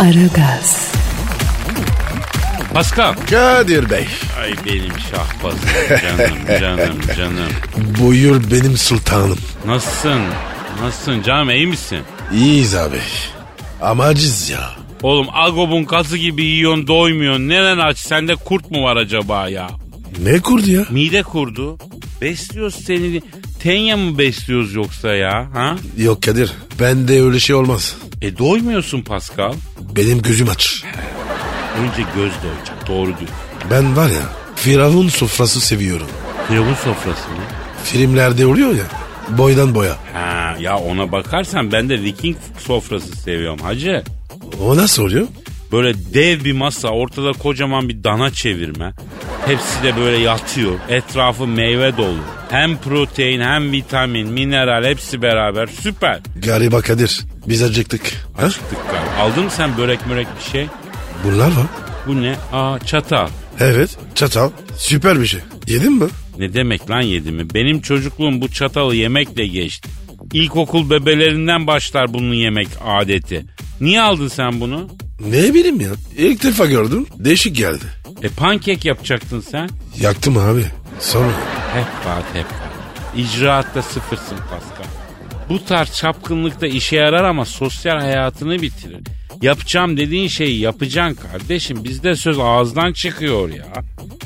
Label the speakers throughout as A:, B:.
A: Aragaz,
B: Pascal.
C: Kadir Bey.
B: Ay benim şahbazım canım canım canım.
C: Buyur benim sultanım.
B: Nasılsın? Nasılsın canım iyi misin?
C: İyiyiz abi. Ama aciz ya.
B: Oğlum Agob'un kazı gibi yiyorsun doymuyorsun. Neren aç sende kurt mu var acaba ya?
C: Ne kurdu ya?
B: Mide kurdu. Besliyoruz seni. Tenya mı besliyoruz yoksa ya? Ha?
C: Yok Kadir. Bende öyle şey olmaz.
B: E doymuyorsun Pascal.
C: Benim gözüm aç.
B: Önce göz doyacak. Doğru diyor.
C: Ben var ya Firavun sofrası seviyorum.
B: Firavun sofrası mı?
C: Filmlerde oluyor ya. Boydan boya.
B: Ha, ya ona bakarsan ben de Viking sofrası seviyorum hacı.
C: O nasıl oluyor?
B: Böyle dev bir masa ortada kocaman bir dana çevirme. Hepsi de böyle yatıyor. Etrafı meyve dolu. Hem protein hem vitamin, mineral hepsi beraber süper.
C: Galiba Kadir. Biz acıktık. Ha?
B: Tıklar. Aldın mı sen börek mörek bir şey?
C: Bunlar var.
B: Bu ne? Aa çatal.
C: Evet. Çatal. Süper bir şey. Yedin mi?
B: Ne demek lan yedi mi? Benim çocukluğum bu çatalı yemekle geçti. İlkokul bebelerinden başlar bunun yemek adeti. Niye aldın sen bunu?
C: Ne bileyim ya. İlk defa gördüm. Değişik geldi.
B: E pankek yapacaktın sen.
C: Yaktım abi. Sonra.
B: Hep var hep var. İcraatta sıfırsın Pascal. Bu tarz çapkınlıkta işe yarar ama sosyal hayatını bitirir. Yapacağım dediğin şeyi yapacaksın kardeşim. Bizde söz ağızdan çıkıyor ya.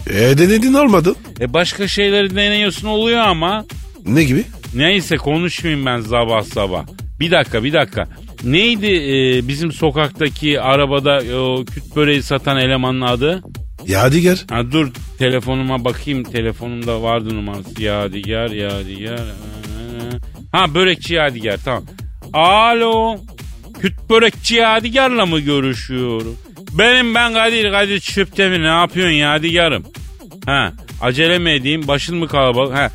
C: E denedin olmadı.
B: E başka şeyleri deniyorsun oluyor ama.
C: Ne gibi?
B: Neyse konuşmayayım ben sabah sabah. Bir dakika bir dakika. Neydi e, bizim sokaktaki arabada e, o küt böreği satan elemanın adı?
C: Yadigar.
B: Ha dur telefonuma bakayım. Telefonumda vardı numarası. Yadigar, Yadigar. Ha börekçi Yadigar tamam. Alo. Küt börekçi Yadigar'la mı görüşüyorum? Benim ben Kadir, Kadir Çöptemir ne yapıyorsun Yadigar'ım? Ha acele mi edeyim başın mı kalabalık? Ha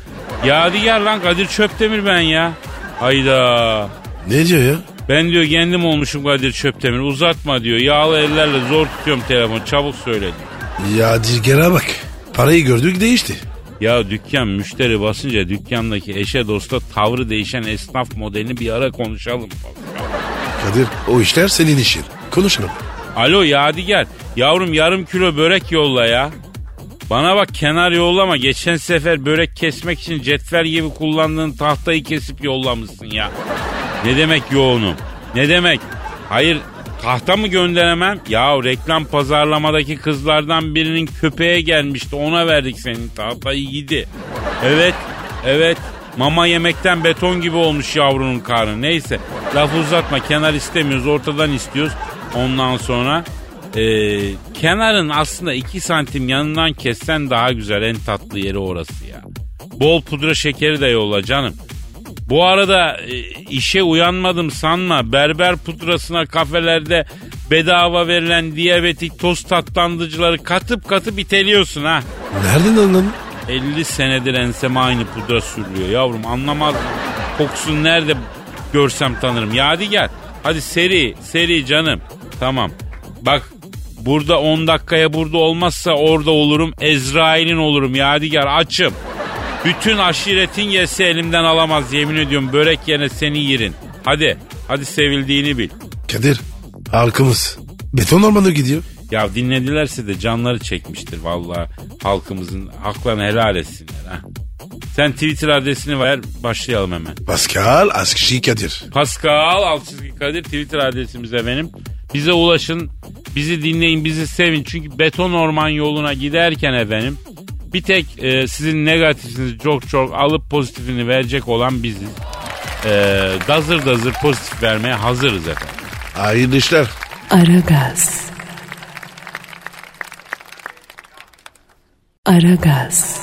B: Yadigar lan Kadir Çöptemir ben ya. Hayda.
C: Ne diyor ya?
B: Ben diyor kendim olmuşum Kadir Çöptemir uzatma diyor. Yağlı ellerle zor tutuyorum telefonu çabuk söyle diyor.
C: Yadigar'a bak. Parayı gördük değişti.
B: Ya dükkan müşteri basınca dükkandaki eşe dosta tavrı değişen esnaf modelini bir ara konuşalım.
C: Kadir o işler senin işin. Konuşalım.
B: Alo Yadigar yavrum yarım kilo börek yolla ya. Bana bak kenar yollama geçen sefer börek kesmek için cetvel gibi kullandığın tahtayı kesip yollamışsın ya. Ne demek yoğunum? Ne demek? Hayır tahta mı gönderemem? Ya reklam pazarlamadaki kızlardan birinin köpeğe gelmişti ona verdik senin tahtayı yedi. Evet evet mama yemekten beton gibi olmuş yavrunun karnı neyse laf uzatma kenar istemiyoruz ortadan istiyoruz. Ondan sonra e, kenarın aslında 2 santim yanından kessen daha güzel en tatlı yeri orası ya. Bol pudra şekeri de yolla canım. Bu arada e, işe uyanmadım sanma. Berber pudrasına kafelerde bedava verilen diyabetik toz tatlandırıcıları katıp katıp iteliyorsun ha.
C: Nereden anladın?
B: 50 senedir enseme aynı pudra sürülüyor yavrum anlamaz. Kokusunu nerede görsem tanırım. Yadigar hadi seri seri canım. Tamam bak burada 10 dakikaya burada olmazsa orada olurum. Ezrail'in olurum Yadigar açım. Bütün aşiretin yese elimden alamaz yemin ediyorum. Börek yerine seni yirin. Hadi hadi sevildiğini bil.
C: Kadir halkımız. Beton ormanı gidiyor.
B: Ya dinledilerse de canları çekmiştir vallahi halkımızın haklarını helal etsinler. Ha. Sen Twitter adresini ver başlayalım hemen.
C: Pascal Askışi Kadir.
B: Pascal Alçızgı Kadir Twitter adresimiz efendim. Bize ulaşın, bizi dinleyin, bizi sevin. Çünkü beton orman yoluna giderken efendim bir tek e, sizin negatifinizi çok çok alıp pozitifini verecek olan biziz. E, dazır dazır pozitif vermeye hazırız efendim.
C: Hayırlı işler.
A: Aragaz. Aragaz,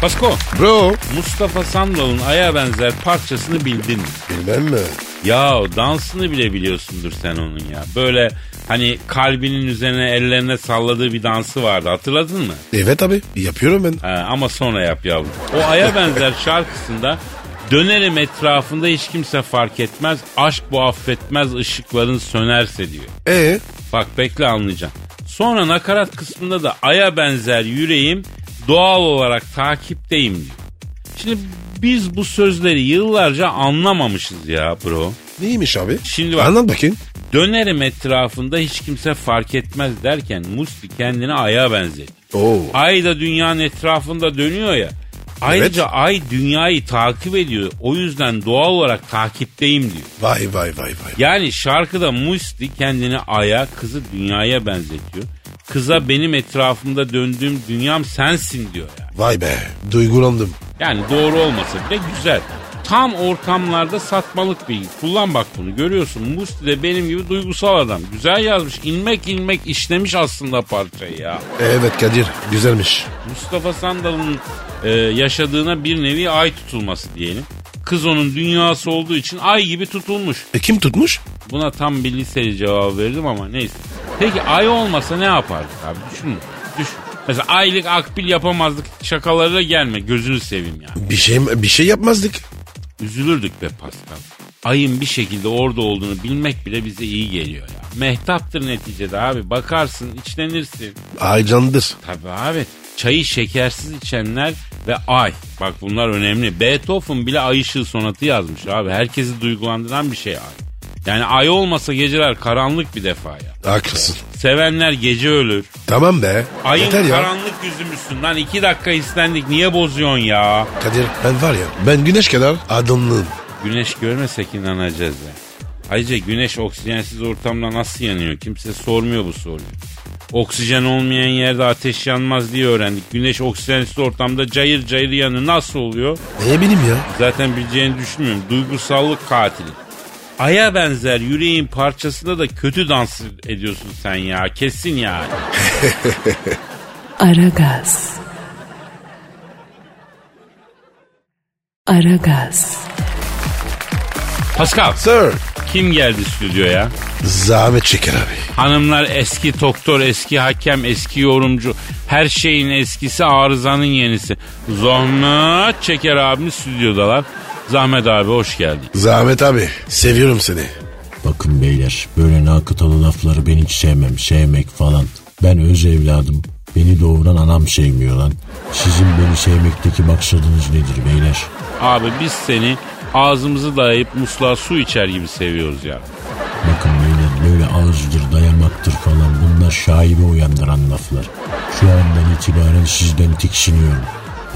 B: Pasko
C: Bro.
B: Mustafa Sandal'ın aya benzer parçasını bildin mi?
C: Bilmem mi?
B: Ya dansını bile biliyorsundur sen onun ya. Böyle hani kalbinin üzerine ellerine salladığı bir dansı vardı hatırladın mı?
C: Evet abi yapıyorum ben.
B: Ha, ama sonra yap yavrum. O aya benzer şarkısında dönerim etrafında hiç kimse fark etmez. Aşk bu affetmez ışıkların sönerse diyor.
C: E
B: Bak bekle anlayacaksın. Sonra nakarat kısmında da aya benzer yüreğim doğal olarak takipteyim diyor. Şimdi biz bu sözleri yıllarca anlamamışız ya bro.
C: neymiş abi?
B: Şimdi bak.
C: Anlat bakayım.
B: Dönerim etrafında hiç kimse fark etmez derken Musti kendini aya benzetiyor.
C: Oo.
B: Ay da dünyanın etrafında dönüyor ya. Ayrıca ay dünyayı takip ediyor. O yüzden doğal olarak takipteyim diyor.
C: Vay vay vay vay.
B: Yani şarkıda Musti kendini aya, kızı dünyaya benzetiyor. Kıza benim etrafımda döndüğüm dünyam sensin diyor yani.
C: Vay be. Duygulandım.
B: Yani doğru olmasa bile güzel. Tam ortamlarda satmalık bilgi. Kullan bak bunu görüyorsun. Musti de benim gibi duygusal adam. Güzel yazmış. İlmek ilmek işlemiş aslında parçayı ya.
C: Evet Kadir güzelmiş.
B: Mustafa Sandal'ın e, yaşadığına bir nevi ay tutulması diyelim. Kız onun dünyası olduğu için ay gibi tutulmuş.
C: E kim tutmuş?
B: Buna tam bir liseli cevap verdim ama neyse. Peki ay olmasa ne yapardık abi? Düşün. Düşün. Mesela aylık akbil yapamazdık. Şakalara gelme. Gözünü seveyim yani.
C: Bir şey bir şey yapmazdık.
B: Üzülürdük be Pascal. Ayın bir şekilde orada olduğunu bilmek bile bize iyi geliyor ya. Mehtaptır neticede abi. Bakarsın, içlenirsin.
C: Aycandır.
B: Tabii abi. Çayı şekersiz içenler ve ay. Bak bunlar önemli. Beethoven bile ay ışığı sonatı yazmış abi. Herkesi duygulandıran bir şey ay. Yani ay olmasa geceler karanlık bir defa ya.
C: Haklısın.
B: Sevenler gece ölür.
C: Tamam be.
B: Ayın
C: Yeter ya.
B: karanlık yüzü müsün lan? iki dakika istendik niye bozuyorsun ya?
C: Kadir ben var ya ben güneş kadar adamlığım.
B: Güneş görmesek inanacağız ya. Ayrıca güneş oksijensiz ortamda nasıl yanıyor? Kimse sormuyor bu soruyu. Oksijen olmayan yerde ateş yanmaz diye öğrendik. Güneş oksijensiz ortamda cayır cayır yanıyor. Nasıl oluyor?
C: Ne bileyim ya.
B: Zaten bileceğini düşünmüyorum. Duygusallık katili. Aya benzer yüreğin parçasında da kötü dans ediyorsun sen ya. Kesin yani.
A: Aragaz. Aragaz.
B: Pascal
C: Sir.
B: kim geldi stüdyoya?
C: Zahmet çeker abi.
B: Hanımlar eski doktor, eski hakem, eski yorumcu. Her şeyin eskisi arızanın yenisi. Zahmet Çeker abimiz stüdyodalar. Zahmet abi hoş geldin.
C: Zahmet abi seviyorum seni.
D: Bakın beyler böyle nakıtalı lafları ben hiç sevmem. Sevmek falan. Ben öz evladım. Beni doğuran anam sevmiyor lan. Sizin beni sevmekteki maksadınız nedir beyler?
B: Abi biz seni ağzımızı dayayıp musluğa su içer gibi seviyoruz ya.
D: Bakın beyler böyle ağızdır dayamaktır falan bunlar şaibe uyandıran laflar. Şu andan itibaren sizden tiksiniyorum.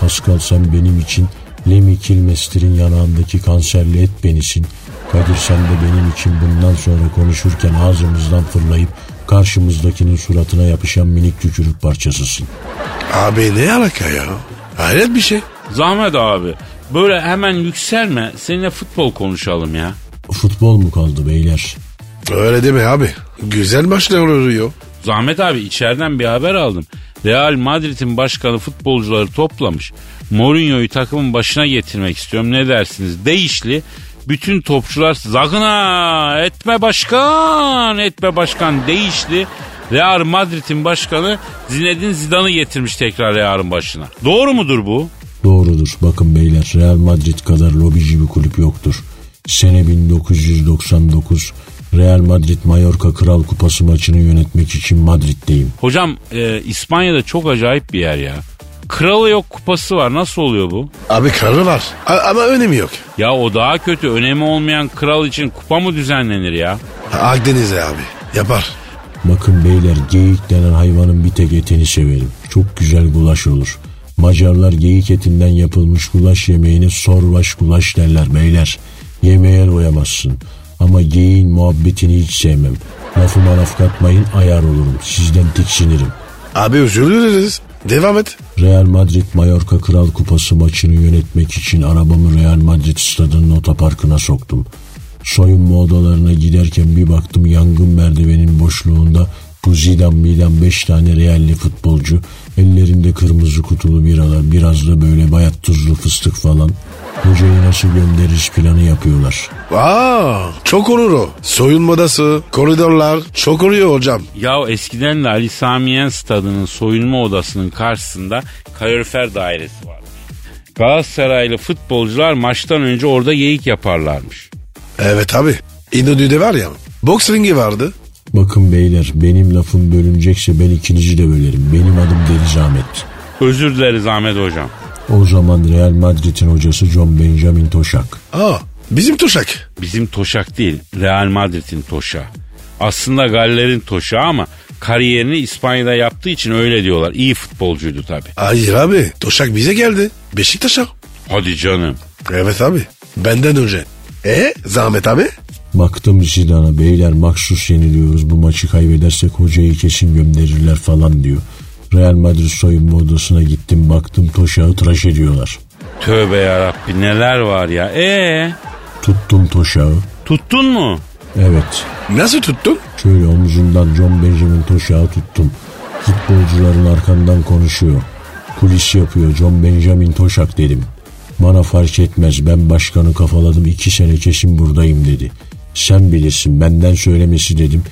D: Pascal sen benim için Lemmy Kilmester'in yanağındaki kanserli et benisin. Kadir sen de benim için bundan sonra konuşurken ağzımızdan fırlayıp karşımızdakinin suratına yapışan minik tükürük parçasısın.
C: Abi ne alaka ya? Hayret bir şey.
B: Zahmet abi böyle hemen yükselme seninle futbol konuşalım ya.
D: Futbol mu kaldı beyler?
C: Öyle deme abi. Güzel maçlar oluyor.
B: Zahmet abi içeriden bir haber aldım. Real Madrid'in başkanı futbolcuları toplamış. Mourinho'yu takımın başına getirmek istiyorum. Ne dersiniz? Değişli. Bütün topçular zagına etme başkan etme başkan değişli. Real Madrid'in başkanı Zinedine Zidane'ı getirmiş tekrar Real'ın başına. Doğru mudur bu?
D: Doğrudur. Bakın beyler Real Madrid kadar lobici bir kulüp yoktur. Sene 1999 Real Madrid Mallorca Kral Kupası maçını yönetmek için Madrid'deyim.
B: Hocam e, İspanya'da çok acayip bir yer ya. Kralı yok kupası var. Nasıl oluyor bu?
C: Abi kararı var. A- ama önemi yok.
B: Ya o daha kötü. Önemi olmayan kral için kupa mı düzenlenir ya?
C: Akdeniz'e abi. Yapar.
D: Bakın beyler geyik denen hayvanın bir tek etini severim. Çok güzel gulaş olur. Macarlar geyik etinden yapılmış gulaş yemeğine sorbaş gulaş derler beyler. Yemeğe doyamazsın. Ama geyiğin muhabbetini hiç sevmem. Lafıma laf katmayın ayar olurum. Sizden tiksinirim.
C: Abi özür dileriz. Devam et.
D: Real Madrid Mallorca Kral Kupası maçını yönetmek için arabamı Real Madrid stadının otoparkına soktum. Soyunma odalarına giderken bir baktım yangın merdivenin boşluğunda Bu Zidane Milan 5 tane realli futbolcu. Ellerinde kırmızı kutulu biralar. Biraz da böyle bayat tuzlu fıstık falan. Hocayı nasıl göndeririz planı yapıyorlar.
C: Aa, çok olur o. Soyunma odası, koridorlar çok oluyor hocam.
B: Ya eskiden de Ali Samiyen stadının soyunma odasının karşısında kalorifer dairesi varmış. Galatasaraylı futbolcular maçtan önce orada geyik yaparlarmış.
C: Evet abi. İnönü'de var ya. Boks ringi vardı.
D: Bakın beyler benim lafım bölünecekse ben ikinizi de bölerim. Benim adım Deniz Ahmet.
B: Özür dileriz Ahmet Hocam.
D: O zaman Real Madrid'in hocası John Benjamin Toşak.
C: Aa, bizim tuşak.
B: Bizim Toşak değil, Real Madrid'in Toşağı. Aslında Galler'in Toşağı ama kariyerini İspanya'da yaptığı için öyle diyorlar. İyi futbolcuydu tabii.
C: Hayır abi. Tuşak bize geldi. Beşiktaş'a.
B: Hadi canım.
C: Evet abi. Benden önce. E Zahmet abi?
D: Baktım Zidane'a beyler maksus yeniliyoruz bu maçı kaybedersek hocayı kesin gönderirler falan diyor. Real Madrid soyunma odasına gittim baktım Toşak'ı tıraş ediyorlar.
B: Tövbe yarabbi neler var ya. Ee,
D: Tuttum Toşak'ı.
B: tuttun mu?
D: Evet
C: Nasıl tuttun?
D: şöyle omuzundan John Benjamin Toşak'ı tuttum. Futbolcuların arkamdan konuşuyor. Kulis yapıyor John Benjamin Toşak dedim. Bana fark etmez ben başkanı kafaladım iki sene kesin buradayım dedi. Sen bilirsin benden söylemesi dedim.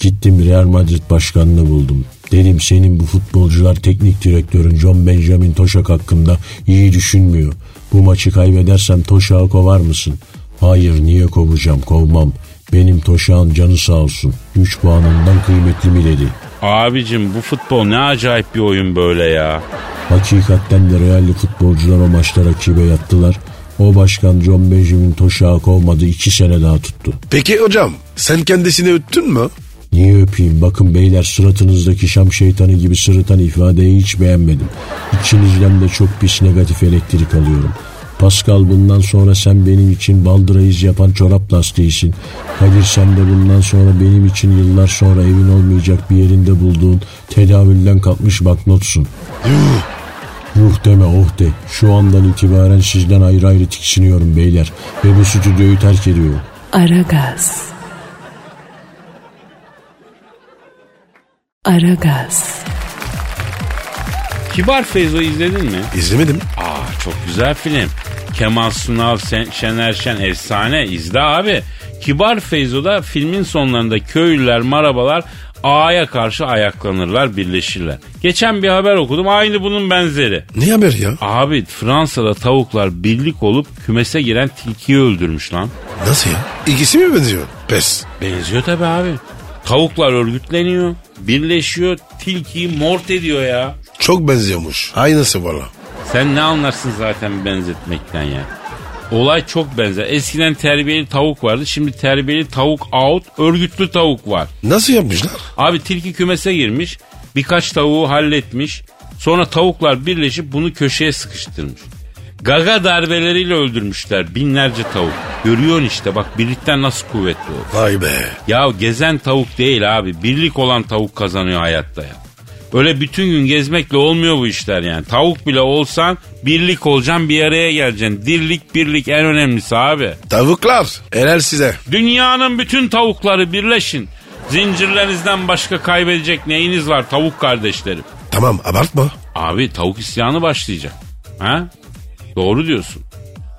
D: Gittim Real Madrid başkanını buldum. Dedim senin bu futbolcular teknik direktörün John Benjamin Toşak hakkında iyi düşünmüyor. Bu maçı kaybedersem Toşak'ı kovar mısın? Hayır niye kovacağım kovmam. Benim Toşak'ın canı sağ olsun. 3 puanından kıymetli mi dedi.
B: Abicim bu futbol ne acayip bir oyun böyle ya.
D: Hakikaten de Real'li futbolcular o maçta rakibe yattılar. O başkan John Benjamin Toşak'ı kovmadı 2 sene daha tuttu.
C: Peki hocam sen kendisini öttün mü?
D: Niye öpeyim? Bakın beyler suratınızdaki şam şeytanı gibi sırıtan ifadeyi hiç beğenmedim. İçinizden de çok pis negatif elektrik alıyorum. Pascal bundan sonra sen benim için baldırayız yapan çorap lastiğisin. Kadir sen de bundan sonra benim için yıllar sonra evin olmayacak bir yerinde bulduğun tedavülden kalkmış baknotsun. Yuh deme oh de. Şu andan itibaren sizden ayrı ayrı tiksiniyorum beyler. Ve bu stüdyoyu terk ediyorum.
A: Aragaz. Aragaz.
B: Kibar Feyzo izledin mi?
C: İzlemedim.
B: Aa çok güzel film. Kemal Sunal, Sen, Şener Şen efsane izle abi. Kibar Feyzo'da filmin sonlarında köylüler, marabalar A'ya karşı ayaklanırlar, birleşirler. Geçen bir haber okudum aynı bunun benzeri.
C: Ne haber ya?
B: Abi Fransa'da tavuklar birlik olup kümese giren tilkiyi öldürmüş lan.
C: Nasıl ya? İkisi mi benziyor? Pes.
B: Benziyor tabi abi. Tavuklar örgütleniyor, birleşiyor, tilkiyi mort ediyor ya.
C: Çok benziyormuş. Aynısı valla.
B: Sen ne anlarsın zaten benzetmekten ya. Olay çok benzer. Eskiden terbiyeli tavuk vardı. Şimdi terbiyeli tavuk out, örgütlü tavuk var.
C: Nasıl yapmışlar?
B: Abi tilki kümese girmiş. Birkaç tavuğu halletmiş. Sonra tavuklar birleşip bunu köşeye sıkıştırmış. Gaga darbeleriyle öldürmüşler binlerce tavuk. Görüyorsun işte bak birlikten nasıl kuvvetli o.
C: Vay be.
B: Ya gezen tavuk değil abi. Birlik olan tavuk kazanıyor hayatta ya. Öyle bütün gün gezmekle olmuyor bu işler yani. Tavuk bile olsan birlik olacaksın bir araya geleceksin. Dirlik birlik en önemlisi abi.
C: Tavuklar. Helal size.
B: Dünyanın bütün tavukları birleşin. Zincirlerinizden başka kaybedecek neyiniz var tavuk kardeşlerim?
C: Tamam abartma.
B: Abi tavuk isyanı başlayacak. Ha? Doğru diyorsun.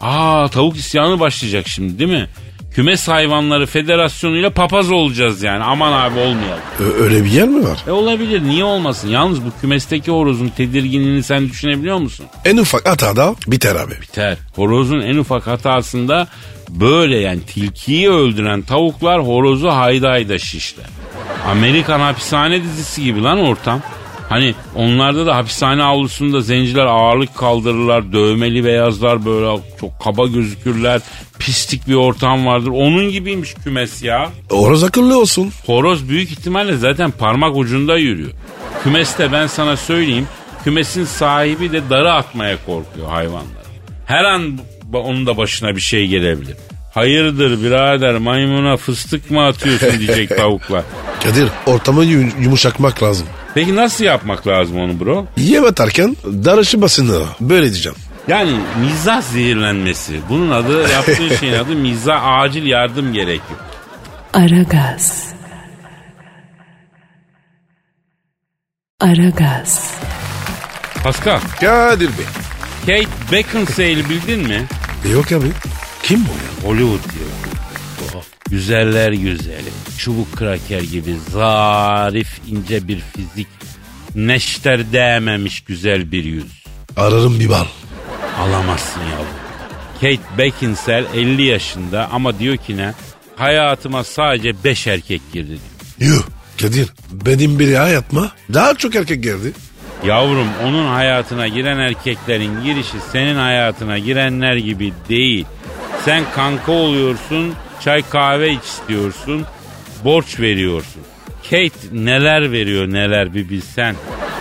B: Aa tavuk isyanı başlayacak şimdi değil mi? Kümes hayvanları federasyonuyla papaz olacağız yani. Aman abi olmayalım.
C: Ö- öyle bir yer mi var?
B: E olabilir niye olmasın? Yalnız bu kümesteki horozun tedirginliğini sen düşünebiliyor musun?
C: En ufak hatada biter abi.
B: Ter. Horozun en ufak hatasında böyle yani tilkiyi öldüren tavuklar horozu hayda hayda şişler. Amerikan hapishane dizisi gibi lan ortam. Hani onlarda da hapishane avlusunda zenciler ağırlık kaldırırlar. Dövmeli beyazlar böyle çok kaba gözükürler. Pislik bir ortam vardır. Onun gibiymiş kümes ya.
C: Orası akıllı olsun.
B: Horoz büyük ihtimalle zaten parmak ucunda yürüyor. Kümeste ben sana söyleyeyim kümesin sahibi de darı atmaya korkuyor hayvanlar. Her an bu- onun da başına bir şey gelebilir. Hayırdır birader maymuna fıstık mı atıyorsun diyecek tavuklar.
C: Kadir ortamı yu- yumuşakmak lazım.
B: Peki nasıl yapmak lazım onu bro?
C: Yem atarken darışı basını böyle diyeceğim.
B: Yani mizah zehirlenmesi. Bunun adı yaptığı şeyin adı mizah acil yardım gerekiyor.
A: Aragaz. Aragaz,
B: Pascal,
C: Kadir Bey. E,
B: Kate Beckinsale'i bildin mi?
C: Yok abi. Kim bu ya?
B: Hollywood diyor. Oh, Güzeller güzeli. Çubuk kraker gibi zarif ince bir fizik. Neşter değmemiş güzel bir yüz.
C: Ararım bir bal.
B: Alamazsın yavrum. Kate Beckinsale 50 yaşında ama diyor ki ne? Hayatıma sadece 5 erkek girdi diyor.
C: Yuh. Kadir benim biri hayatıma daha çok erkek geldi.
B: Yavrum onun hayatına giren erkeklerin girişi senin hayatına girenler gibi değil. Sen kanka oluyorsun, çay kahve iç istiyorsun, borç veriyorsun. Kate neler veriyor neler bir bilsen.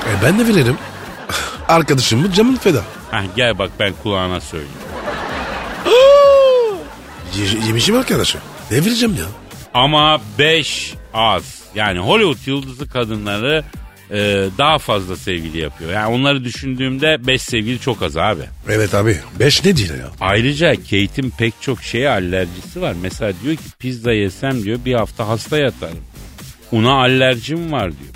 C: E ben de veririm. Arkadaşımı camın feda.
B: Hah gel bak ben kulağına söyleyeyim.
C: Ye- yemişim arkadaşım. Ne vereceğim ya?
B: Ama 5 az. Yani Hollywood yıldızı kadınları e, daha fazla sevgili yapıyor. Yani onları düşündüğümde 5 sevgili çok az abi.
C: Evet abi. Beş ne diyor ya?
B: Ayrıca Kate'in pek çok şeye alerjisi var. Mesela diyor ki pizza yesem diyor bir hafta hasta yatarım. Una alerjim var diyor.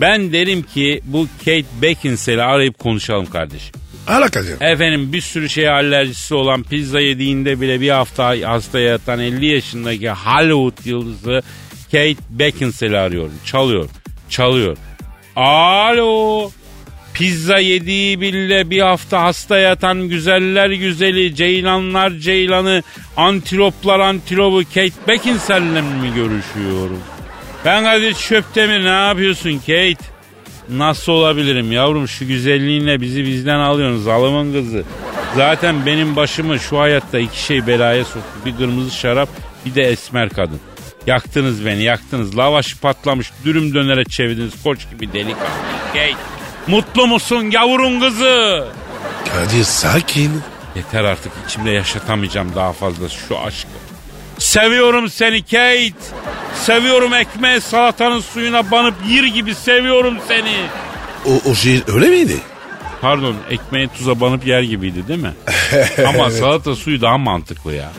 B: Ben derim ki bu Kate Beckinsale'i arayıp konuşalım kardeşim.
C: Ala Kadir.
B: Efendim bir sürü şeye alerjisi olan pizza yediğinde bile bir hafta hasta yatan 50 yaşındaki Hollywood yıldızı Kate Beckinsale'i arıyorum. Çalıyor, çalıyor. Alo. Pizza yediği bile bir hafta hasta yatan güzeller güzeli, ceylanlar ceylanı, antiloplar antilopu Kate Beckinsale'le mi görüşüyorum? Ben Kadir Çöptemir ne yapıyorsun Kate? Nasıl olabilirim yavrum şu güzelliğinle bizi bizden alıyorsun zalımın kızı. Zaten benim başımı şu hayatta iki şey belaya soktu. Bir kırmızı şarap bir de esmer kadın. Yaktınız beni yaktınız. Lavaş patlamış dürüm dönere çevirdiniz koç gibi delikanlı. Kate mutlu musun yavrum kızı?
C: Kadir sakin.
B: Yeter artık içimde yaşatamayacağım daha fazla şu aşkı. Seviyorum seni Kate. Seviyorum ekmeği salatanın suyuna banıp yir gibi seviyorum seni.
C: O, o şiir öyle miydi?
B: Pardon ekmeği tuza banıp yer gibiydi değil mi? Ama salata suyu daha mantıklı ya.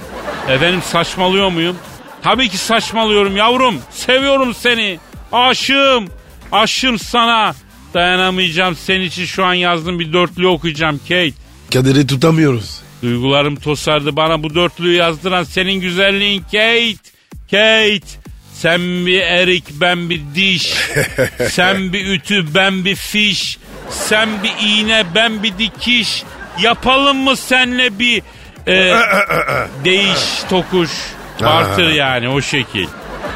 B: Efendim saçmalıyor muyum? Tabii ki saçmalıyorum yavrum. Seviyorum seni. Aşığım. Aşığım sana. Dayanamayacağım. Senin için şu an yazdım bir dörtlü okuyacağım Kate.
C: Kadir'i tutamıyoruz.
B: Duygularım tosardı bana bu dörtlüyü yazdıran senin güzelliğin Kate. Kate. Sen bir erik ben bir diş. Sen bir ütü ben bir fiş. Sen bir iğne ben bir dikiş. Yapalım mı senle bir e, değiş tokuş bartır yani o şekil.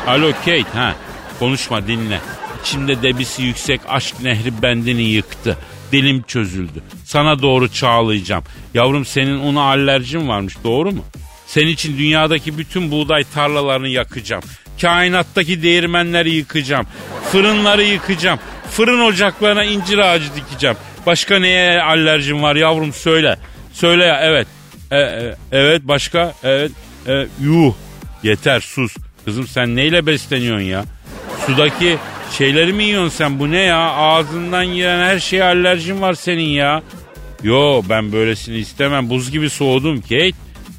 B: Alo Kate ha konuşma dinle. İçimde debisi yüksek aşk nehri bendini yıktı. Dilim çözüldü. Sana doğru çağlayacağım. Yavrum senin ona alerjin varmış doğru mu? Senin için dünyadaki bütün buğday tarlalarını yakacağım. Kainattaki değirmenleri yıkacağım. Fırınları yıkacağım. Fırın ocaklarına incir ağacı dikeceğim. Başka neye alerjin var yavrum söyle. Söyle ya evet. E, e, evet başka evet e, yuh yeter sus kızım sen neyle besleniyorsun ya sudaki şeyleri mi yiyorsun sen bu ne ya ağzından giren her şeye alerjin var senin ya yo ben böylesini istemem buz gibi soğudum Kate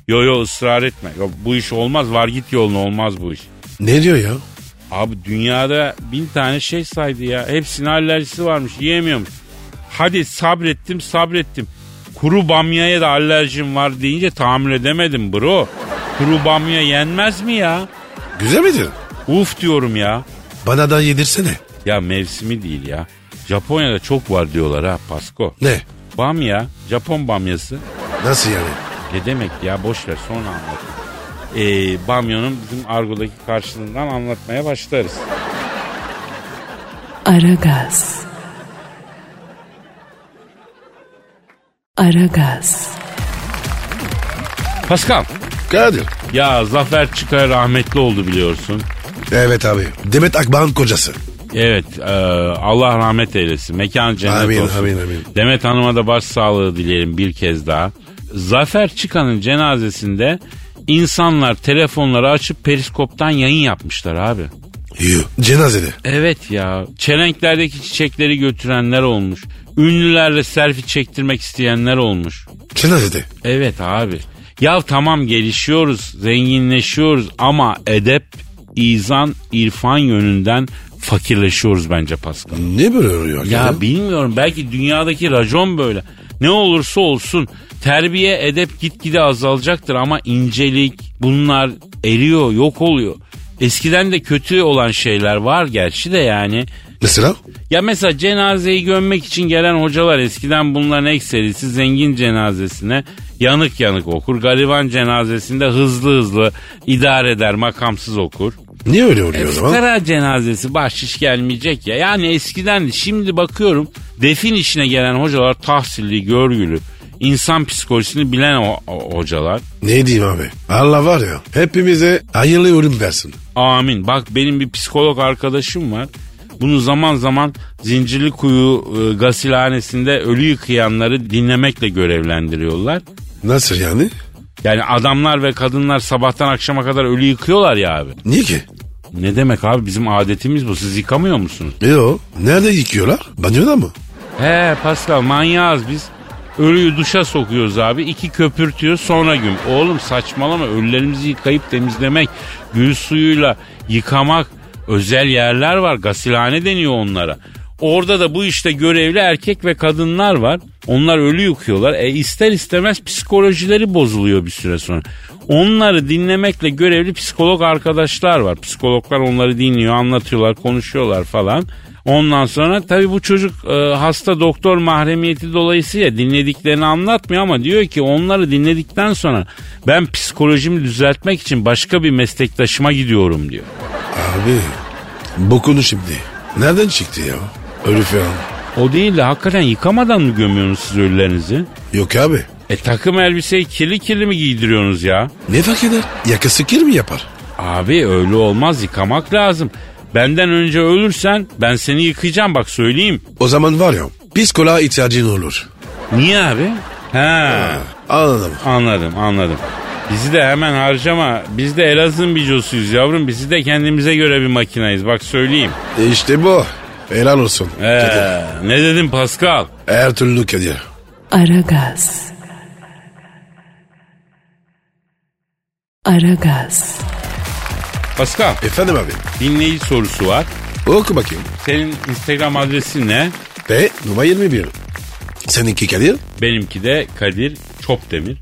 B: yo yo ısrar etme yo, bu iş olmaz var git yoluna olmaz bu iş
C: Ne diyor ya?
B: Abi dünyada bin tane şey saydı ya. Hepsinin alerjisi varmış yiyemiyormuş. Hadi sabrettim sabrettim. Kuru bamyaya da alerjim var deyince tahammül edemedim bro. Kuru bamya yenmez mi ya?
C: Güzel midir?
B: Uf diyorum ya.
C: Bana da yedirsene.
B: Ya mevsimi değil ya. Japonya'da çok var diyorlar ha Pasko.
C: Ne?
B: Bamya, Japon bamyası.
C: Nasıl yani?
B: Ne demek ya boş ver sonra anlat. Ee, bamyonun bizim argodaki karşılığından anlatmaya başlarız.
A: Aragaz. Aragaz,
B: Pascal.
C: Kadir.
B: Ya Zafer Çıkar rahmetli oldu biliyorsun.
C: Evet abi. Demet Akbağ'ın kocası.
B: Evet e, Allah rahmet eylesin. Mekan cennet
C: Amin,
B: olsun.
C: amin, amin.
B: Demet Hanım'a da başsağlığı dileyelim bir kez daha. Zafer Çıkan'ın cenazesinde insanlar telefonları açıp periskoptan yayın yapmışlar abi.
C: Yuh. Cenazede.
B: Evet ya çelenklerdeki çiçekleri götürenler olmuş. Ünlülerle selfie çektirmek isteyenler olmuş.
C: Cenazede.
B: Evet abi. Ya tamam gelişiyoruz, zenginleşiyoruz ama edep, izan, irfan yönünden fakirleşiyoruz bence Pascal.
C: Ne böyle oluyor?
B: Ya
C: hakikaten?
B: bilmiyorum belki dünyadaki racon böyle. Ne olursa olsun terbiye edep gitgide azalacaktır ama incelik bunlar eriyor yok oluyor. Eskiden de kötü olan şeyler var gerçi de yani.
C: Mesela?
B: Ya mesela cenazeyi gömmek için gelen hocalar eskiden bunların ekserisi zengin cenazesine yanık yanık okur. Gariban cenazesinde hızlı hızlı idare eder makamsız okur.
C: Niye öyle oluyor o zaman?
B: Kara cenazesi bahşiş gelmeyecek ya. Yani eskiden şimdi bakıyorum defin işine gelen hocalar tahsilli, görgülü, insan psikolojisini bilen o- o- hocalar.
C: Ne diyeyim abi? Allah var ya hepimize hayırlı ölüm versin.
B: Amin. Bak benim bir psikolog arkadaşım var. Bunu zaman zaman zincirli kuyu gasilhanesinde ölü yıkayanları dinlemekle görevlendiriyorlar.
C: Nasıl yani?
B: Yani adamlar ve kadınlar sabahtan akşama kadar ölü yıkıyorlar ya abi.
C: Niye ki?
B: Ne demek abi bizim adetimiz bu. Siz yıkamıyor musunuz?
C: Yo. E Nerede yıkıyorlar? Banyoda mı?
B: He Pascal manyağız biz. Ölüyü duşa sokuyoruz abi. iki köpürtüyor sonra gün. Oğlum saçmalama ölülerimizi yıkayıp temizlemek. Gül suyuyla yıkamak. Özel yerler var. Gasilhane deniyor onlara. Orada da bu işte görevli erkek ve kadınlar var. Onlar ölü yıkıyorlar. E ister istemez psikolojileri bozuluyor bir süre sonra. Onları dinlemekle görevli psikolog arkadaşlar var. Psikologlar onları dinliyor, anlatıyorlar, konuşuyorlar falan. Ondan sonra tabii bu çocuk e, hasta doktor mahremiyeti dolayısıyla dinlediklerini anlatmıyor ama diyor ki onları dinledikten sonra ben psikolojimi düzeltmek için başka bir meslektaşıma gidiyorum diyor.
C: Abi bokunu şimdi. Nereden çıktı ya? Ölü falan.
B: O değil de hakikaten yıkamadan mı gömüyorsunuz siz ölülerinizi?
C: Yok abi.
B: E takım elbiseyi kirli kirli mi giydiriyorsunuz ya?
C: Ne fark eder? Yakası kir mi yapar?
B: Abi öyle olmaz yıkamak lazım. Benden önce ölürsen ben seni yıkayacağım bak söyleyeyim.
C: O zaman var ya psikoloğa ihtiyacın olur.
B: Niye abi? ha.
C: Anladım.
B: Anladım anladım. Bizi de hemen harcama. Biz de Elazığ'ın bicosuyuz yavrum. Bizi de kendimize göre bir makinayız. Bak söyleyeyim.
C: E işte bu. Helal olsun.
B: Ee, ne dedim Pascal?
C: Her türlü Kadir.
A: Aragaz. Aragaz.
B: Pascal
C: Efendim abi.
B: dinleyici sorusu var.
C: Oku bakayım.
B: Senin Instagram adresin ne?
C: Ve numara 21. Seninki Kadir.
B: Benimki de Kadir Çopdemir.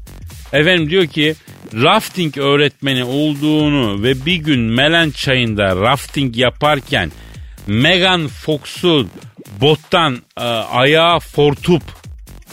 B: Efendim diyor ki rafting öğretmeni olduğunu ve bir gün Melen çayında rafting yaparken Megan Fox'u bottan e, ayağa fortup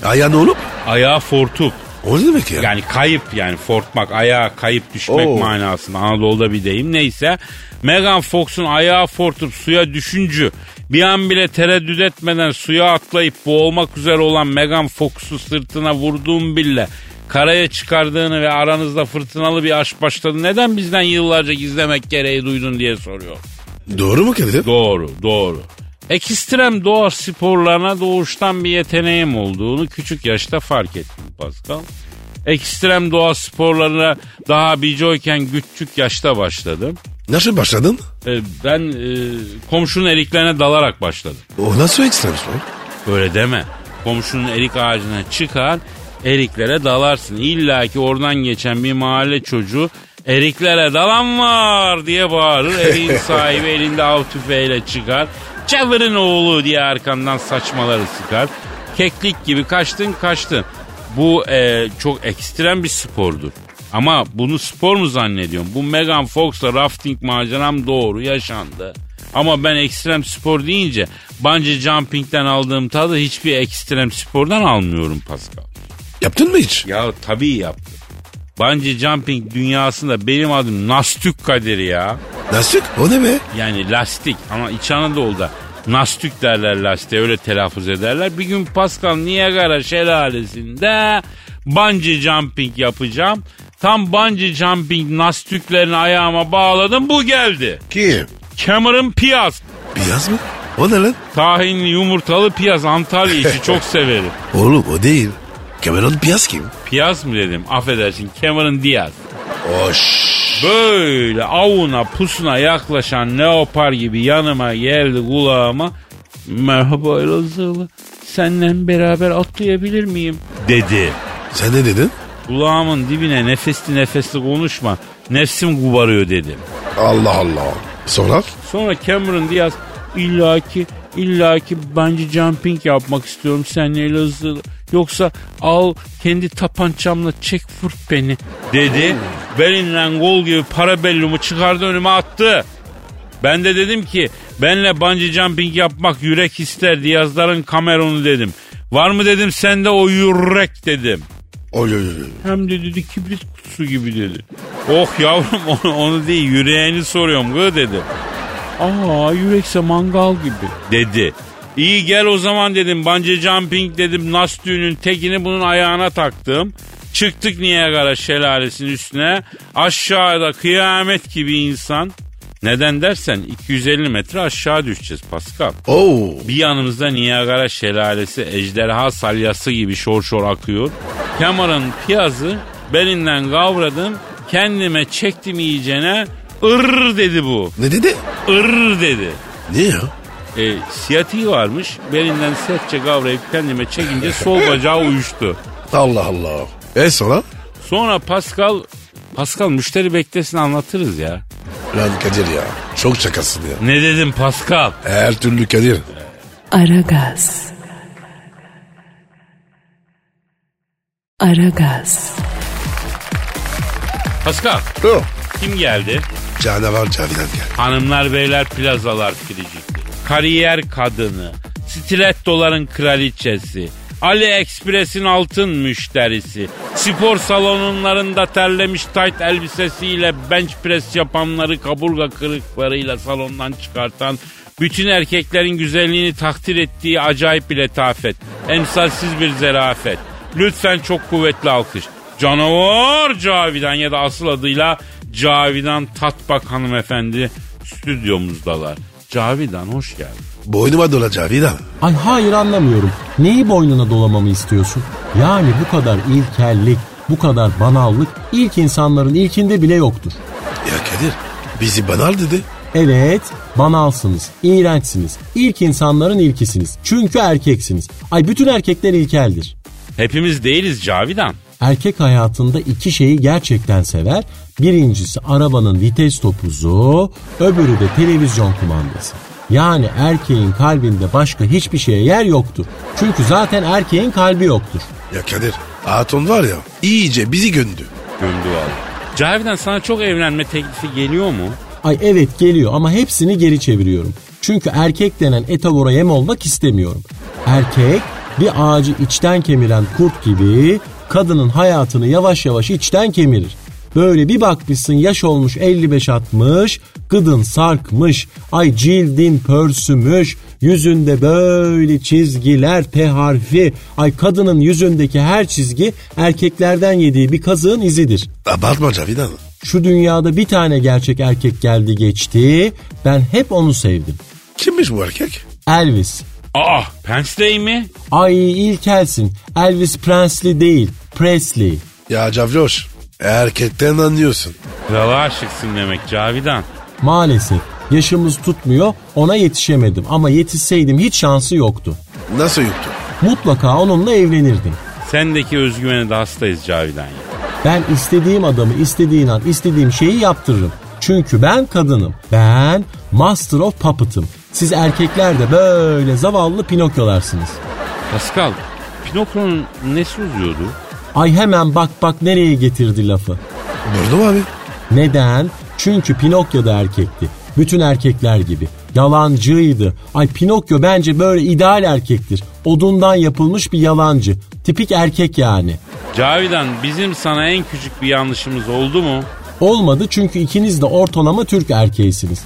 C: Ayağın olup.
B: ayağa fortup
C: O ne demek ya?
B: Yani kayıp yani fortmak ayağa kayıp düşmek
C: Oo.
B: manasında Anadolu'da bir deyim. Neyse Megan Fox'un ayağı fortup suya düşüncü bir an bile tereddüt etmeden suya atlayıp boğulmak üzere olan Megan Fox'u sırtına vurduğum bile karaya çıkardığını ve aranızda fırtınalı bir aşk başladı. Neden bizden yıllarca gizlemek gereği duydun diye soruyor.
C: Doğru mu Kadir?
B: Doğru, doğru. Ekstrem doğa sporlarına doğuştan bir yeteneğim olduğunu küçük yaşta fark ettim Pascal. Ekstrem doğa sporlarına daha bicoyken küçük yaşta başladım.
C: Nasıl başladın?
B: Ee, Ben e, komşunun eriklerine dalarak başladım.
C: O nasıl ekstrem spor?
B: Öyle deme. Komşunun erik ağacına çıkar, eriklere dalarsın. İlla ki oradan geçen bir mahalle çocuğu eriklere dalan var diye bağırır. Eriğin sahibi elinde av tüfeğiyle çıkar. Çevirin oğlu diye arkandan saçmaları sıkar. Keklik gibi kaçtın kaçtın. Bu e, çok ekstrem bir spordur. Ama bunu spor mu zannediyorsun? Bu Megan Fox'la rafting maceram doğru yaşandı. Ama ben ekstrem spor deyince bungee jumping'den aldığım tadı hiçbir ekstrem spordan almıyorum Pascal.
C: Yaptın mı hiç?
B: Ya tabii yaptım. Bungee jumping dünyasında benim adım Nastük Kaderi ya.
C: Nasıl? O ne be?
B: Yani lastik ama İç Anadolu'da Nastük derler lastiğe öyle telaffuz ederler. Bir gün Pascal Niagara şelalesinde bungee jumping yapacağım. Tam bungee jumping nastüklerini ayağıma bağladım bu geldi.
C: Kim?
B: Cameron Piaz.
C: Beyaz mı? O ne lan?
B: Tahinli yumurtalı piyaz Antalya işi çok severim.
C: Oğlum o değil. Cameron Piyaz kim?
B: Piyaz mı dedim affedersin Cameron Diaz.
C: Hoş.
B: Böyle avuna pusuna yaklaşan leopar gibi yanıma geldi kulağıma. Merhaba Elazığlı seninle beraber atlayabilir miyim dedi.
C: Sen ne dedin?
B: Kulağımın dibine nefesli nefesli konuşma nefsim kubarıyor dedi.
C: Allah Allah. Sonra?
B: Sonra Cameron Diaz İlla ki, illa ki bence jumping yapmak istiyorum seninle Elazığlı. Yoksa al kendi tapancamla çek fırt beni dedi. Belinden gol gibi parabellumu çıkardı önüme attı. Ben de dedim ki benle bungee jumping yapmak yürek ister Diyazların Cameron'u dedim. Var mı dedim sende o yürek dedim.
C: Oy oy oy.
B: Hem de dedi kibrit kutusu gibi dedi. Oh yavrum onu, onu değil yüreğini soruyorum gı dedi. Aa yürekse mangal gibi dedi. İyi gel o zaman dedim bungee jumping dedim nas düğünün tekini bunun ayağına taktım. Çıktık Niagara şelalesinin üstüne. Aşağıda kıyamet gibi insan. Neden dersen 250 metre aşağı düşeceğiz Pascal.
C: Oo.
B: Bir yanımızda Niagara şelalesi ejderha salyası gibi şor şor akıyor. Kemal'ın piyazı belinden kavradım. Kendime çektim iyicene. Irr dedi bu.
C: Ne dedi?
B: Irr dedi.
C: Ne ya?
B: E, siyatiği varmış. Belinden sertçe kavrayıp kendime çekince sol bacağı uyuştu.
C: Allah Allah. E sonra?
B: Sonra Pascal... Pascal müşteri beklesin anlatırız ya.
C: Lan Kadir ya. Çok şakasın ya.
B: Ne dedim Pascal?
C: Her türlü Kadir.
A: Aragaz. Aragaz.
B: Pascal
C: O.
B: kim geldi?
C: Canavar Cavidan gel.
B: Hanımlar beyler plazalar piricikli. Kariyer kadını. Stilettoların kraliçesi. AliExpress'in altın müşterisi. Spor salonlarında terlemiş tayt elbisesiyle bench press yapanları kaburga kırıklarıyla salondan çıkartan bütün erkeklerin güzelliğini takdir ettiği acayip bir letafet. Emsalsiz bir zerafet. Lütfen çok kuvvetli alkış. Canavar Cavidan ya da asıl adıyla Cavidan Tatbak hanımefendi stüdyomuzdalar. Cavidan hoş geldin.
C: Boynuma dola Cavidan.
D: Ay hayır anlamıyorum. Neyi boynuna dolamamı istiyorsun? Yani bu kadar ilkellik, bu kadar banallık ilk insanların ilkinde bile yoktur.
C: Ya Kadir. Bizi banal dedi.
D: Evet, banalsınız, iğrençsiniz, ilk insanların ilkisiniz. Çünkü erkeksiniz. Ay bütün erkekler ilkeldir.
B: Hepimiz değiliz Cavidan.
D: Erkek hayatında iki şeyi gerçekten sever. Birincisi arabanın vites topuzu, öbürü de televizyon kumandası. Yani erkeğin kalbinde başka hiçbir şeye yer yoktur. Çünkü zaten erkeğin kalbi yoktur.
C: Ya Kadir. Hatun var ya. iyice bizi göndü.
B: Gömdü valla. Cavidan sana çok evlenme teklifi geliyor mu?
D: Ay evet geliyor ama hepsini geri çeviriyorum. Çünkü erkek denen etavora yem olmak istemiyorum. Erkek bir ağacı içten kemiren kurt gibi kadının hayatını yavaş yavaş içten kemirir. Böyle bir bakmışsın yaş olmuş 55 60, gıdın sarkmış, ay cildin pörsümüş, yüzünde böyle çizgiler, T harfi, ay kadının yüzündeki her çizgi erkeklerden yediği bir kazığın izidir.
C: Abartma Cavidan.
D: Şu dünyada bir tane gerçek erkek geldi geçti. Ben hep onu sevdim.
C: Kimmiş bu erkek?
D: Elvis.
B: Aa Pence Day mi?
D: Ay ilkelsin. Elvis Presley değil. Presley.
C: Ya Cavloş. Erkekten anlıyorsun.
B: Krala aşıksın demek Cavidan.
D: Maalesef yaşımız tutmuyor ona yetişemedim ama yetişseydim hiç şansı yoktu.
C: Nasıl yuttu?
D: Mutlaka onunla evlenirdim.
B: Sendeki özgüvene de hastayız Cavidan ya.
D: Ben istediğim adamı istediğin an istediğim şeyi yaptırırım. Çünkü ben kadınım. Ben Master of Puppet'ım. Siz erkekler de böyle zavallı Pinokyo'larsınız.
B: Pascal, Pinokyo'nun nesi uzuyordu?
D: Ay hemen bak bak nereye getirdi lafı.
C: Burnu mu abi?
D: Neden? Çünkü Pinokyo da erkekti. Bütün erkekler gibi. Yalancıydı. Ay Pinokyo bence böyle ideal erkektir. Odundan yapılmış bir yalancı. Tipik erkek yani.
B: Cavidan bizim sana en küçük bir yanlışımız oldu mu?
D: Olmadı çünkü ikiniz de ortalama Türk erkeğisiniz.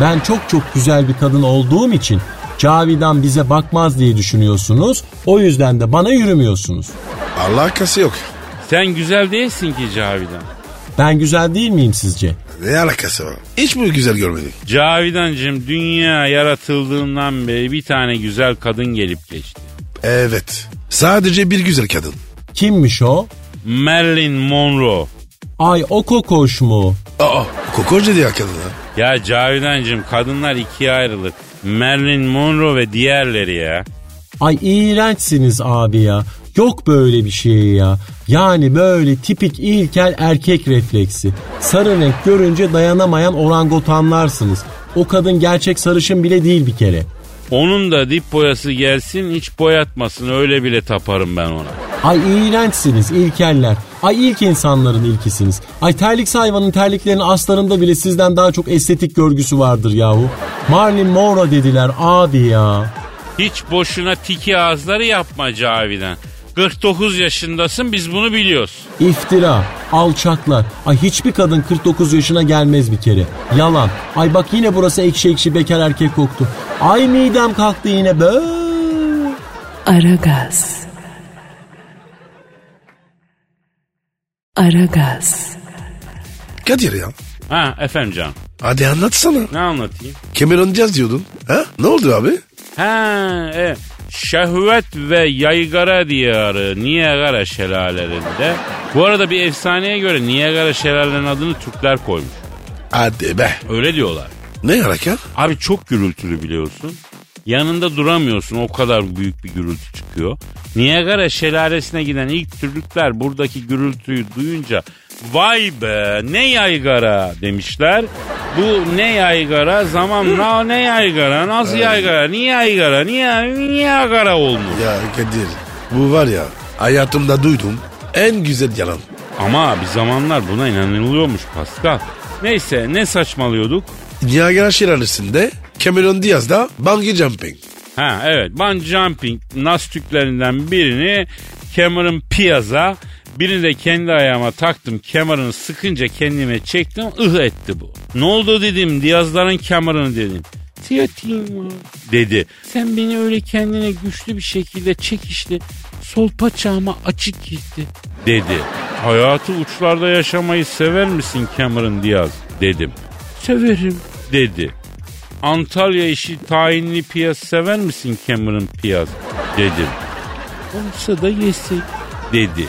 D: Ben çok çok güzel bir kadın olduğum için Cavidan bize bakmaz diye düşünüyorsunuz. O yüzden de bana yürümüyorsunuz.
C: Alakası yok.
B: Sen güzel değilsin ki Cavidan.
D: Ben güzel değil miyim sizce?
C: Ne alakası var? Hiç mi güzel görmedik?
B: Cavidancığım dünya yaratıldığından beri bir tane güzel kadın gelip geçti.
C: Evet. Sadece bir güzel kadın.
D: Kimmiş o?
B: Marilyn Monroe.
D: Ay o kokoş mu?
C: Aa. Kokoş dedi ya kadına.
B: Ya Cavidancığım kadınlar ikiye ayrılır. Marilyn Monroe ve diğerleri ya.
D: Ay iğrençsiniz abi ya. Yok böyle bir şey ya. Yani böyle tipik ilkel erkek refleksi. Sarı renk görünce dayanamayan orangotanlarsınız. O kadın gerçek sarışın bile değil bir kere.
B: Onun da dip boyası gelsin hiç boyatmasın öyle bile taparım ben ona.
D: Ay iğrençsiniz ilkeller. Ay ilk insanların ilkisiniz. Ay terlik hayvanın terliklerinin aslarında bile sizden daha çok estetik görgüsü vardır yahu. Marilyn Monroe dediler abi ya.
B: Hiç boşuna tiki ağızları yapma Cavidan. 49 yaşındasın biz bunu biliyoruz.
D: İftira, alçaklar. Ay hiçbir kadın 49 yaşına gelmez bir kere. Yalan. Ay bak yine burası ekşi ekşi bekar erkek koktu. Ay midem kalktı yine be.
A: Aragaz. Aragaz.
C: Kadir ya.
B: Ha efendim canım
C: Hadi anlatsana.
B: ne anlatayım?
C: Cameron Diaz diyordun. Ha? Ne oldu abi?
B: Ha e, şehvet ve yaygara diyarı Niagara şelalelerinde. Bu arada bir efsaneye göre Niagara şelalelerinin adını Türkler koymuş.
C: Hadi be.
B: Öyle diyorlar.
C: Ne alaka?
B: Abi çok gürültülü biliyorsun. Yanında duramıyorsun o kadar büyük bir gürültü çıkıyor. Niagara şelalesine giden ilk Türkler buradaki gürültüyü duyunca vay be ne yaygara demişler. Bu ne yaygara zamanla ne yaygara nasıl yaygara niye yaygara niye Niagara olmuş.
C: Ya Kadir bu var ya hayatımda duydum en güzel yalan.
B: Ama bir zamanlar buna inanılıyormuş Pascal. Neyse ne saçmalıyorduk?
C: Niagara Şelalesi'nde Cameron Diaz'da bungee jumping.
B: Ha evet bungee jumping nastüklerinden birini Cameron Piaz'a birini de kendi ayağıma taktım Cameron'ı sıkınca kendime çektim ıh etti bu. Ne oldu dedim Diaz'ların Cameron'ı dedim. Tiyatiyim var," dedi. Sen beni öyle kendine güçlü bir şekilde çekişti. Sol paçağıma açık gitti dedi. Hayatı uçlarda yaşamayı sever misin Cameron Diaz dedim. Severim dedi. Antalya işi tayinli piyaz sever misin Cameron piyaz dedim. Olsa da yesek dedi.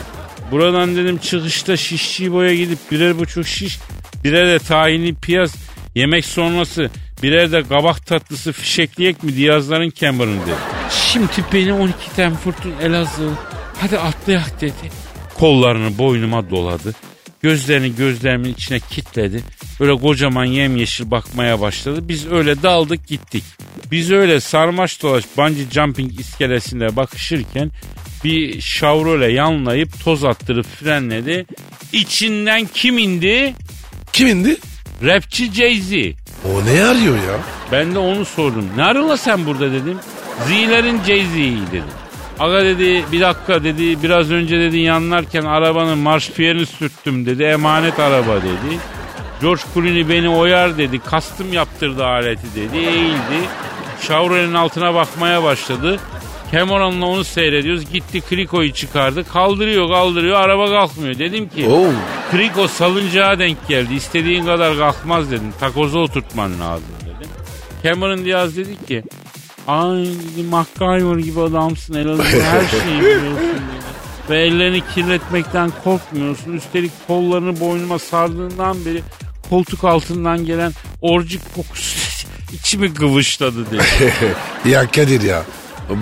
B: Buradan dedim çıkışta şişçi boya gidip birer buçuk şiş birer de tayinli piyaz yemek sonrası birer de kabak tatlısı fişekleyek mi Diyazların Cameron dedi. Şimdi beni 12 ten fırtın Elazığ hadi atlayak dedi. Kollarını boynuma doladı. Gözlerini gözlerimin içine kitledi. Böyle kocaman yemyeşil bakmaya başladı. Biz öyle daldık gittik. Biz öyle sarmaş dolaş bungee jumping iskelesinde bakışırken bir şavrole yanlayıp toz attırıp frenledi. İçinden kim indi?
C: Kim indi?
B: Rapçi Jay-Z.
C: O ne arıyor ya?
B: Ben de onu sordum. Ne arıyorsun sen burada dedim. Z'lerin Jay-Z'yi dedim. Aga dedi bir dakika dedi biraz önce dedi yanlarken arabanın marş fiyerini sürttüm dedi. Emanet araba dedi. George Clooney beni oyar dedi. Kastım yaptırdı aleti dedi. Eğildi. Chevrolet'in altına bakmaya başladı. Cameron'la onu seyrediyoruz. Gitti Kriko'yu çıkardı. Kaldırıyor kaldırıyor araba kalkmıyor. Dedim ki
C: Oo.
B: Kriko salıncağa denk geldi. İstediğin kadar kalkmaz dedim. Takoza oturtman lazım dedim. Cameron Diaz dedi ki Ay dedi MacGyver gibi adamsın Elazığ'da her şeyi biliyorsun dedi. Ve ellerini kirletmekten korkmuyorsun. Üstelik kollarını boynuma sardığından beri koltuk altından gelen orcik kokusu içimi kıvışladı dedi.
C: Ya Kadir ya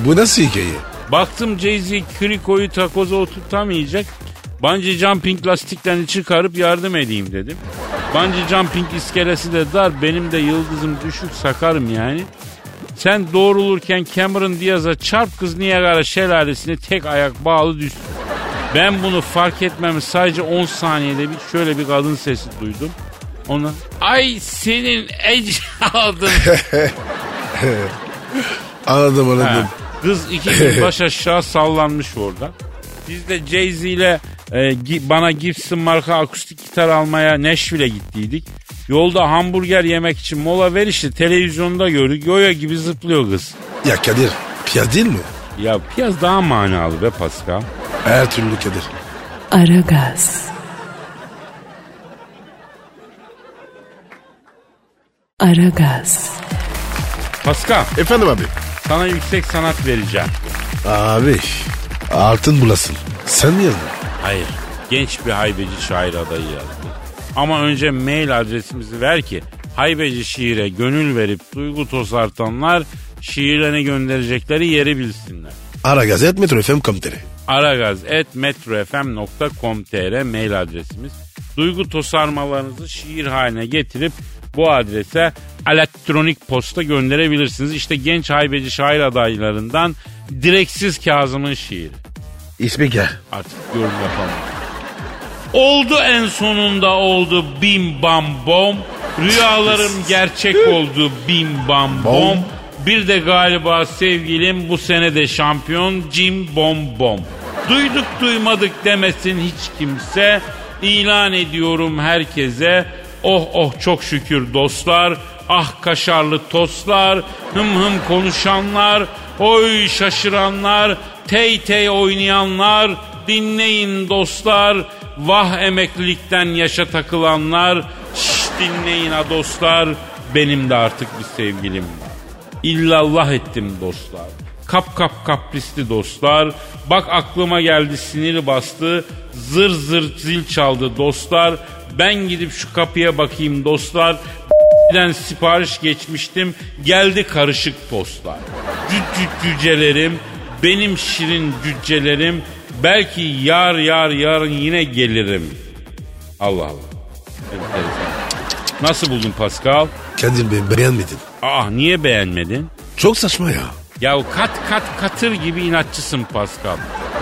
C: bu nasıl hikaye?
B: Baktım Jay-Z Kriko'yu takoza oturtamayacak. Bungee jumping lastiklerini çıkarıp yardım edeyim dedim. Bungee jumping iskelesi de dar. Benim de yıldızım düşük sakarım yani. Sen doğrulurken Cameron Diaz'a çarp kız Niagara şelalesine tek ayak bağlı düşsün. Ben bunu fark etmemi sadece 10 saniyede bir şöyle bir kadın sesi duydum. Ona ay senin ecadın
C: Anladım anladım.
B: Ha, Kız iki gün baş aşağı sallanmış orada. Biz de Jay-Z ile e, Gi- bana Gibson marka akustik gitar almaya Nashville'e gittiydik. Yolda hamburger yemek için mola verişte televizyonda gördük. Yoya gibi zıplıyor kız.
C: Ya Kadir piyaz değil mi?
B: Ya biraz daha manalı be Pascal.
C: Her türlü Kadir.
A: Aragaz. Aragaz.
B: Pascal
C: Efendim abi.
B: sana yüksek sanat vereceğim.
C: Abi altın bulasın. Sen mi yazdın?
B: Hayır. Genç bir haybeci şair adayı yazdı. Ama önce mail adresimizi ver ki haybeci şiire gönül verip duygu tosartanlar şiirlerini gönderecekleri yeri bilsinler.
C: Ara gazet metro FM komuteri.
B: aragaz.metrofm.com.tr mail adresimiz. Duygu tosarmalarınızı şiir haline getirip bu adrese elektronik posta gönderebilirsiniz. İşte genç haybeci şair adaylarından Direksiz Kazım'ın şiiri.
C: İsmi gel.
B: Artık yorum yapamam. Oldu en sonunda oldu bim bam bom. Rüyalarım gerçek oldu bim bam bom.
C: Bom.
B: Bir de galiba sevgilim bu sene de şampiyon Jim Bom Bom. Duyduk duymadık demesin hiç kimse. İlan ediyorum herkese. Oh oh çok şükür dostlar. Ah kaşarlı tostlar. Hım hım konuşanlar. Oy şaşıranlar. Tey tey oynayanlar. Dinleyin dostlar. Vah emeklilikten yaşa takılanlar. Şş, dinleyin ha dostlar. Benim de artık bir sevgilim var. İllallah ettim dostlar. Kap kap kaprisli dostlar. Bak aklıma geldi sinir bastı. Zır zır zil çaldı dostlar. Ben gidip şu kapıya bakayım dostlar. Den sipariş geçmiştim. Geldi karışık postlar. Cüt cüt cücelerim. Benim şirin cücelerim. Belki yar yar yarın yine gelirim. Allah Allah. Enteresan. Nasıl buldun Pascal?
C: Kadir Bey beğenmedin.
B: Ah niye beğenmedin?
C: Çok saçma ya.
B: Ya o kat kat katır gibi inatçısın Pascal.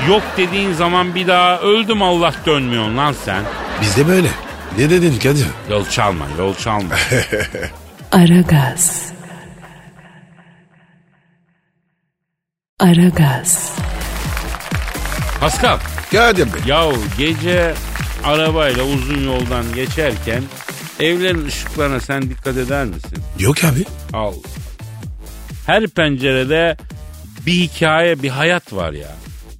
B: Yok dediğin zaman bir daha öldüm Allah dönmüyorsun lan sen.
C: Bizde böyle. Ne dedin Kadir?
B: Yol çalma yol çalma.
A: Aragaz. Aragaz.
B: Pascal
C: Kadir Bey.
B: yahu gece arabayla uzun yoldan geçerken evlerin ışıklarına sen dikkat eder misin?
C: Yok abi.
B: Al. Her pencerede bir hikaye bir hayat var ya.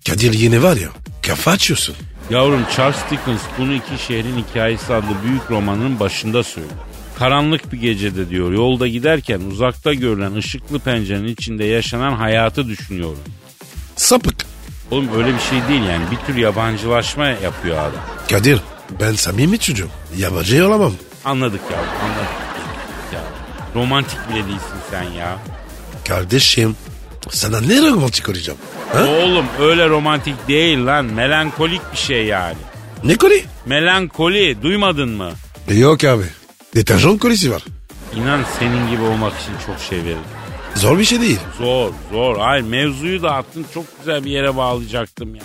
C: Kadir yine var ya. Kafa açıyorsun.
B: Yavrum Charles Dickens bunu iki şehrin hikayesi adlı büyük romanının başında söylüyor. Karanlık bir gecede diyor yolda giderken uzakta görülen ışıklı pencerenin içinde yaşanan hayatı düşünüyorum.
C: Sapık.
B: Oğlum öyle bir şey değil yani bir tür yabancılaşma yapıyor adam.
C: Kadir ben samimi çocuğum. Yabancı olamam.
B: Anladık ya anladık. Ya, romantik bile değilsin sen ya.
C: Kardeşim sana ne romantik olacağım? Ha?
B: Oğlum öyle romantik değil lan melankolik bir şey yani.
C: Ne koli?
B: Melankoli duymadın mı?
C: Yok abi. Deterjan kolisi var.
B: İnan senin gibi olmak için çok şey verir.
C: Zor bir şey değil.
B: Zor zor. Hayır mevzuyu da attın çok güzel bir yere bağlayacaktım ya.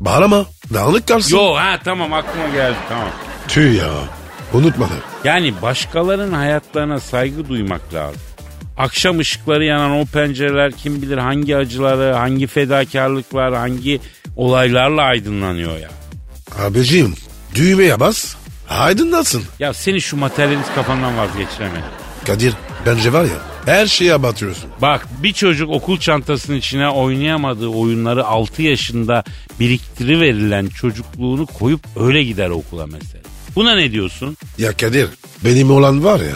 C: Bağlama. Dağınık kalsın.
B: Yo ha tamam aklıma geldi tamam.
C: Tüh ya. Unutmadım.
B: Yani başkalarının hayatlarına saygı duymak lazım. Akşam ışıkları yanan o pencereler kim bilir hangi acıları, hangi fedakarlıklar, hangi olaylarla aydınlanıyor ya.
C: Abicim düğmeye bas. Aydınlansın.
B: Ya seni şu materyalist kafandan vazgeçiremedim.
C: Kadir bence var ya her şeye batıyorsun.
B: Bak bir çocuk okul çantasının içine oynayamadığı oyunları 6 yaşında biriktiriverilen çocukluğunu koyup öyle gider okula mesela. Buna ne diyorsun?
C: Ya Kadir benim olan var ya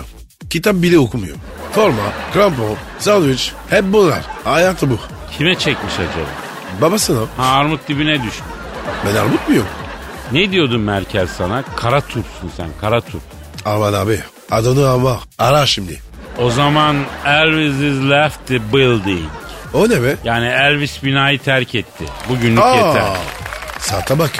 C: kitap bile okumuyor. Forma, krampon, sandviç hep bunlar. Hayatı bu.
B: Kime çekmiş acaba?
C: Babasına
B: Ha armut dibine düştü.
C: ben armut muyum?
B: Ne diyordun Merkel sana? Kara turpsun sen kara turp.
C: Aman abi adını ama ara şimdi.
B: O zaman Elvis is left the building.
C: O ne be?
B: Yani Elvis binayı terk etti. Bugünlük yeter.
C: Saate bak.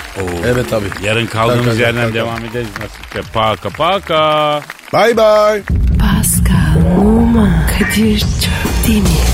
C: Evet abi.
B: Yarın kaldığımız
C: Kalk, kalk,
B: yerden
C: kalk,
B: devam ederiz nasipse. Paka paka.
C: Bye bye.
A: Pascal, Oman, Kadir çok değil mi?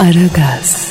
A: Aragaz.